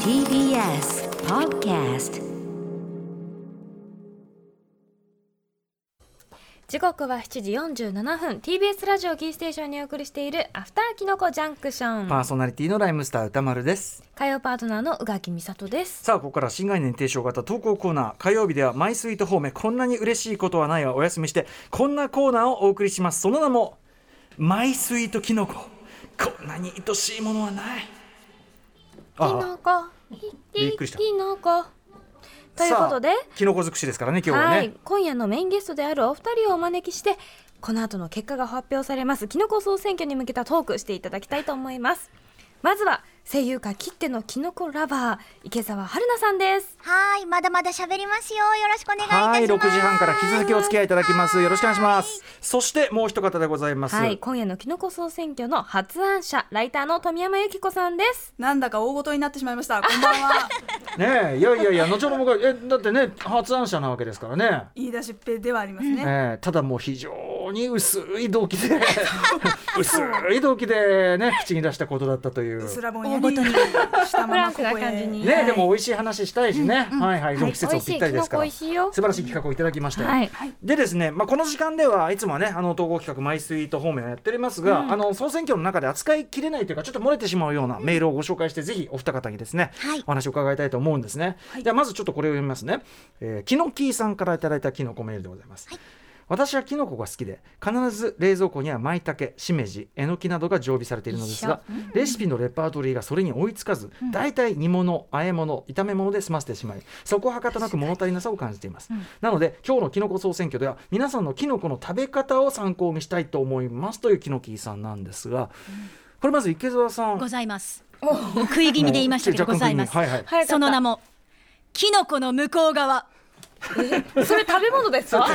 TBS Podcast 時刻は7時47分 TBS ラジオキーステーションにお送りしているアフターキノコジャンクションパーソナリティのライムスター歌丸です火曜パートナーの宇垣美里ですさあここから新概念提唱型投稿コーナー火曜日ではマイスイート方面こんなに嬉しいことはないはお休みしてこんなコーナーをお送りしますその名もマイスイートキノコこんなに愛しいものはないキノコびっくりしたキノコということでさあキノコ尽くしですからね今日はね、はい今夜のメインゲストであるお二人をお招きしてこの後の結果が発表されますキノコ総選挙に向けたトークしていただきたいと思いますまずは声優界きってのキノコラバー池澤春菜さんですはーい、まだまだ喋りますよ。よろしくお願いいたします。はい、6時半から引き続きお付き合いいただきます。よろしくお願いします。そしてもう一方でございます。はい今夜のキノコ総選挙の発案者ライターの富山由紀子さんですなんだか大ごとになってしまいました。こんばん は。ねえ、いやいやいや、後ほど僕は、え、だってね、発案者なわけですからね。言い出しっぺではありますね。ええただもう非常に薄い動 機で薄い動機でね口に出したことだったという。スラボンやりしたままここフへ。ランクな感じにね、でも美味しい話したいしね、はいはい、もう季節もぴったりですから、美味しいキノコ美味しいよ素晴らしい企画をいただきましたよ。 はいでですね、まあ、この時間ではいつもはねあの統合企画「マイスイート方面」やっておりますが、あの総選挙の中で扱いきれないというかちょっと漏れてしまうようなメールをご紹介して、ぜひお二方にですね、はいお話を伺いたいと思うんですね、はいじゃあまずちょっとこれを読みますね、えー、キノキーさんからいただいたキノコメールでございます、私はキノコが好きで必ず冷蔵庫には舞茸しめじえのきなどが常備されているのですがレシピのレパートリーがそれに追いつかず大体、煮物和え物炒め物で済ませてしまいそこはかたなく物足りなさを感じています、なので今日のキノコ総選挙では皆さんのキノコの食べ方を参考にしたいと思いますというキノキーさんなんですが、これまず池澤さんございます。食い気味で言いましたけどもごうざいます。はいはいはいその名もキノコの向こう側。それ食べ物ですか、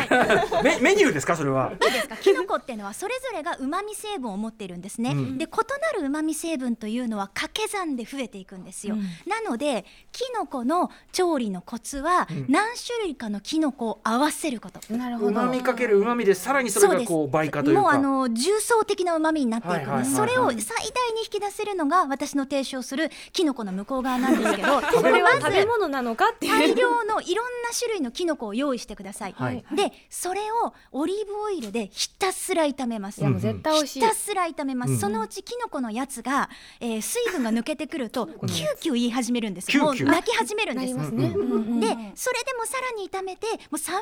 メ メニューですかそれは。いいですか。キノコっていうのはそれぞれが旨味成分を持っているんですね。うんで異なる旨味成分というのは掛け算で増えていくんですよ。なのでキノコの調理のコツはん何種類かのキノコを合わせること。なるうまみかけるうまみでさらにそれがこう倍化というかもうあの重層的な旨味になっていくんです、はいはいはいはいそれを最大に引き出せるのが私の提唱するキノコの向こう側なんです けどそれはま食ずべ物なのかってい大う量のいろんな種類のキノコを用意してください、はいでそれをオリーブオイルでひたすら炒めます、いやもう絶対美味しひいたすら炒めます、うんそのうちキノコのやつが、えー水分が抜けてくるとキューキュー言い始めるんですよもうキューキュー泣き始めるんなでりすますね、うんうんうんでそれでもさらに炒めてもう3分の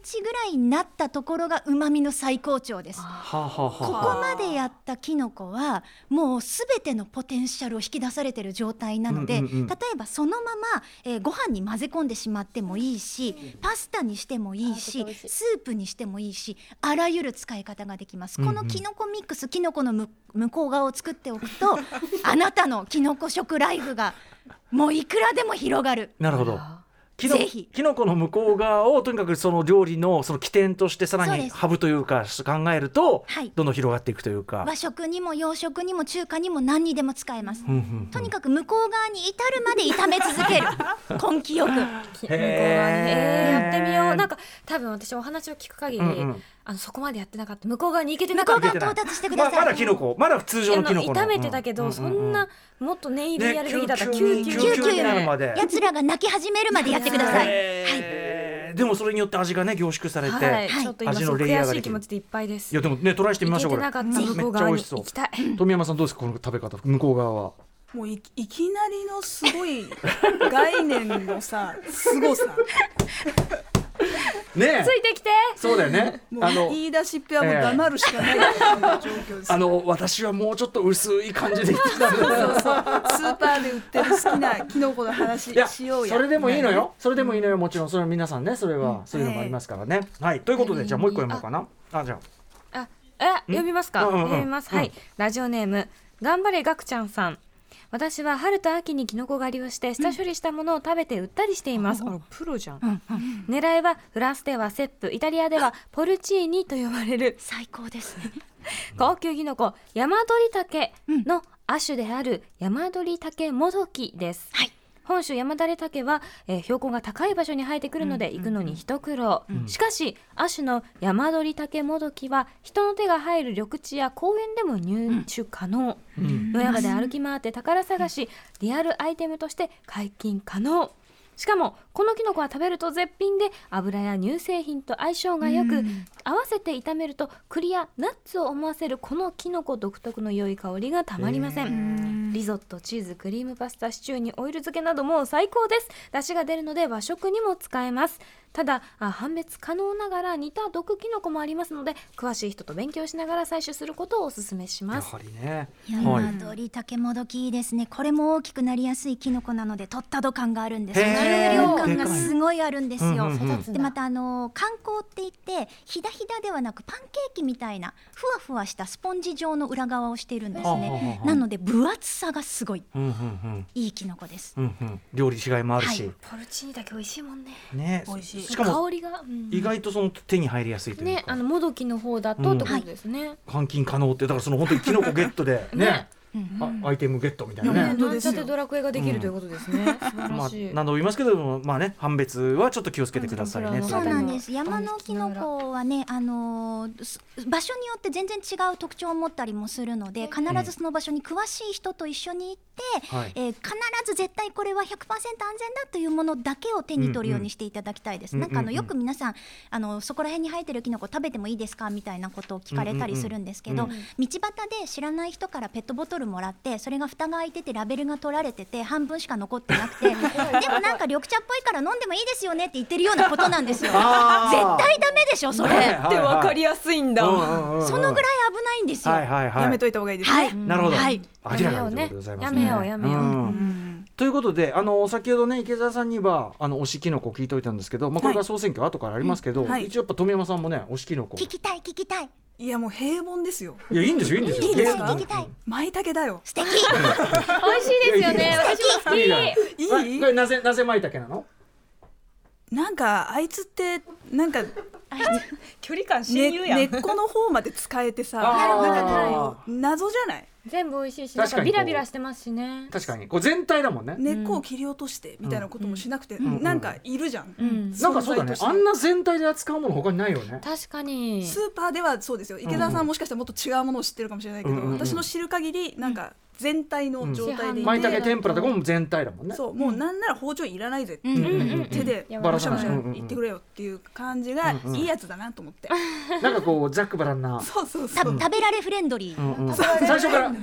1ぐらいになったところが旨味の最高潮ですはあはあはあここまでやったキノコはもうすべてのポテンシャルを引き出されてる状態なので、うんうんうん例えばそのまま、えーご飯に混ぜ込んでしまってもいいしパスタにしてもいいしスープにしてもいいしあらゆる使い方ができます、うんうんこのキノコミックスキノコのむ向こう側を作っておくと あなたのキノコ食ライフがもういくらでも広がる。なるほど。キノぜひキノコの向こう側をとにかくその料理のその起点としてさらそうにですハブというか考えると、はいどんどん広がっていくというか和。食にも洋食にも中華にも何にでも使えますう。んうんとにかく向こう側に至るまで炒め 続ける根気よく向こうへ側ーにえーやってみようなんか多分私お話を聞く限り、うんうんあのそこまでやってなかった向こう側に行けてな向かこっうた側到達してくまあださい、まだキノコまだ普通あ上ののキノコの炒めてたけど、うんそんなもっと念入りにやるべきだった、ねキューキューキュ救ー急キューになるまでやつらが泣き始めるまでやってください、へーでもそれによって味がね凝縮されて、はい、はいちょっと今味すのごくレイヤー悔がしでいき気る持ちでいっぱいですいやでもねトライしてみましょうこれ行けてなかっため向こっうちゃ美側に味しそ行うきたい富山さんどうですかこの食べ方向こう側はもういいきなりのすごい概念のさ、すごさ。ねついてきてそうだよねもあのう言い出しっぺはもう黙るしかない状況です。あの私はもうちょっと薄い感じで言ってたんだそうそうスーパーで売ってる好きなキノコの話いやしようや。それでもいいのよ、それでもいいのよもちろんそれは皆さんねそれは、そういうのもありますからねはいということでじゃあもう一個読もうかなあじゃあ、え、読みますか。うんうんうん読みます。はういん。ラジオネーム、頑張れガクちゃんさん。私は春と秋にキノコ狩りをして下処理したものを食べて売ったりしています。あらプロじゃん、狙いはフランスではセップ、イタリアではポルチーニと呼ばれる最高ですね高級キノコヤマドリタケの亜種であるヤマドリタケモドキです。はい本州山だれ竹は、えー標高が高い場所に生えてくるので行くのに一苦労、んしかし亜種の山鳥竹もどきは人の手が入る緑地や公園でも入手可能、うん野山で歩き回って宝探しリアルアイテムとして解禁可能しかもこのキノコは食べると絶品で油や乳製品と相性が良く、合わせて炒めると栗やナッツを思わせるこのキノコ独特の良い香りがたまりません、へーリゾットチーズクリームパスタシチューにオイル漬けなどもう最高です出汁が出るので和食にも使えますただあ判別可能ながら似た毒キノコもありますので詳しい人と勉強しながら採取することをお勧めしまやすはりね山はい鳥竹もどきいいですねこれも大きくなりやすいキノコなので取ったど感があるんですよへー重量感がすごいあるんですでかよいうんうんうん育つでまたあの観光って言ってひだひだではなくパンケーキみたいなふわふわしたスポンジ状の裏側をしているんですねあああなので分厚さがすごいうんうんうんいいキノコですうんうん料理違いもあるし、ポルチーニだけ美味しいもんねね美味しいかも香りが、うん意外とその手に入りやすいというねか、あのもどきの方だとってことですね、換金可能ってだからその本当にキノコゲットでねねあアイテムゲットみたいなうんねいや本当なんですちゃよってドラクエができるということですね、素晴まらあしい、、何度も言いますけども、まあね、判別はちょっと気をつけてくださいね。うんそうなんですあの山のキノコはね、あのーす場所によって全然違う特徴を持ったりもするので必ずその場所に詳しい人と一緒に行って、はいえー必ず絶対これは100%安全だというものだけを手に取るようにしていただきたいです、うんうんなんかあうのんうんうよんく皆さんあのそこら辺に生えてるキノコ食べてもいいですかみたいなことを聞かれたりするんですけど、うんうんうん道端で知らない人からペットボトルもらってそれが蓋が開いててラベルが取られてて半分しか残って なくてでもなんか緑茶っぽいから飲んでもいいですよねって言ってるようなことなんですよ。 あ絶ー対ダメでしょそれ、はいはいやすいんうんうんうんうんそのぐらい危ないんですよ、はいはいはい。やめといた方がいいですねはいなるほど。はい明らかにということでございますやめね。ようやめようんうんということで、あの先ほどね池澤さんにはあの推しキノコ聞いておいたんですけど、まあこれから総選挙後からありますけど、うんはい一応やっぱ富山さんもね推しキノコ。聞きたい聞きたいいやもう平凡ですよいやいいんですよいいんですよ。いいですかうん聞きたい舞茸だよ素敵美味しいですよね私も好いいきじゃないいいこれこれなぜなぜ舞茸なの？なんかあいつってなんか、ね、距離感根っこの方まで使えてさあーなんかこう謎じゃない全部美味しいし、なん確かかにビラビラしてますしね。確かにこう全体だもんね。根っこを切り落としてみたいなこともしなくて、んなんかいるじゃん、うん、なんかそうだね存在としてあんな全体で扱うもの他にないよね。確かに。スーパーではそうですよ池田さんもしかしたらもっと違うものを知ってるかもしれないけど、うんうんうん私の知る限りなんか全体の状態でいて、舞茸天ぷらとかも全体だもんね。そうもうなんなら包丁いらないぜってういんう、うんうんうん手でばらむしさゃないむしゃ言ってくれよっていう感じがうんうんいいやつだなと思って、なんかこうザックバランな。そうそうたそう、食べられフレンドリー、うんうん最初からもう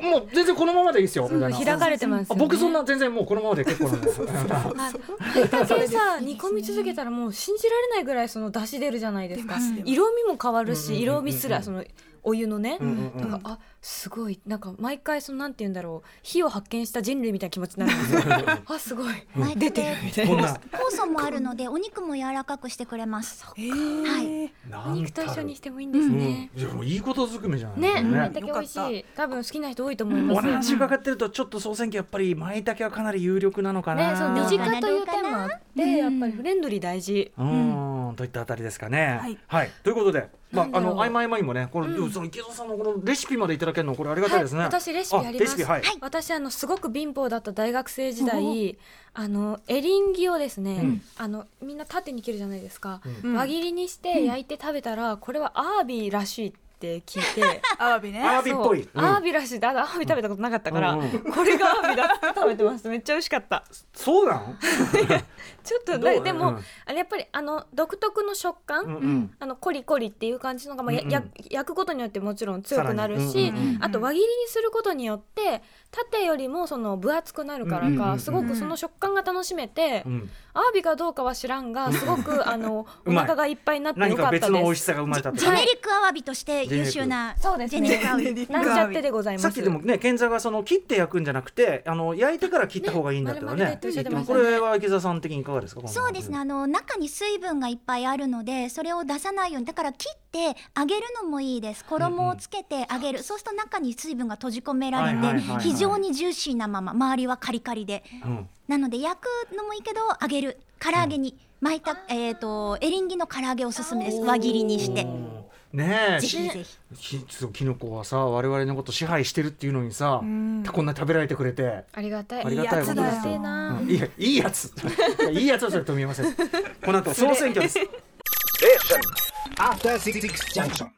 もう全然このままでいいですよみたいな。開かれてますよ、あね。僕そん。な全然もうこのままで結構なんです。うんあ、舞茸さ、 煮込み続けたらもう信じられないぐらいその出汁出るじゃないですか出ます出。ます色味も変わるうんうんし、うんうん色味すらそのお湯のね。うんうんなんかあすごいなんか毎回そのなんて言うんだろう火を発見した人類みたいな気持ちになるんですよ あすごい前出てるみたい こんなな酵素もあるのでお肉も柔らかくしてくれますえーはなおん肉とたる一緒にしてもいいんですね、うん、いやもういいことずくめじゃないね、舞ね茸美味しい多分好きな人多いと思いおます話伺ってるとちょっと総選挙やっぱり舞茸はかなり有力なのかな、ね、その身短近という点もあって、やっぱりフレンドリー大事。うん、といったあたりですかね。ははいい、ということで、まあ、なんあだろうの、あいまいまいもね、この、その池田さんのこのレシピまでいただけるの、これありがたいですね。はい私レシピありますレシピ、はい。私あのすごく貧乏だった大学生時代あのエリンギをですね、うんあのみんな縦に切るじゃないですか、うん輪切りにして焼いて食べたら、これはアワビらしいって聞いてアワビね アワビっぽいそううんアワビらしいだアワビ食べたことなかったから、うんうんこれがアワビだって食べてましためっちゃ美味しかったそうなの。ちょっとどうなでも、うんあれやっぱりあの独特の食感、うんうんあのコリコリっていう感じのが、まあやうんうんや焼くことによってもちろん強くなるさらにし、うんうんうんあと輪切りにすることによって縦よりもその分厚くなるからうんうんうんか、うんすごくその食感が楽しめて、うん、アワビかどうかは知らんがすごくあのうおまい腹がいっぱいになって何よかかった別の美で味す。しさが生まれたとジェネリックアワビとして優秀なそうですねジェネリックアワビジェネリックアなワんビちゃってでございます。さっきでもね、健在がその切って焼くんじゃなくて、あの焼いてから切った方がいいんだったらね丸ね。々でっておっしゃってましたこねれは池澤さん的にいかがですか。このそうですね。あの中に水分がいっぱいあるのでそれを出さないようにだから切って揚げるのもいいです衣をつけて揚げる、そうすると中に水分が閉じ込められはいはいてはいはい非常にジューシーなまま周りはカリカリでうん。なので焼くのもいいけど揚げる唐揚げに巻いた、えっ、とエリンギの唐揚げおすすめです輪切りにしておーねえぜひぜひきそうキノコはさ我々のこと支配してるっていうのにさ、んこんな食べられてくれて、ありがたいありがたいことですいありがたいやつだよいなうんいいやいいやついやいいやつはそれ富山先生この後総選挙です After Six Junction.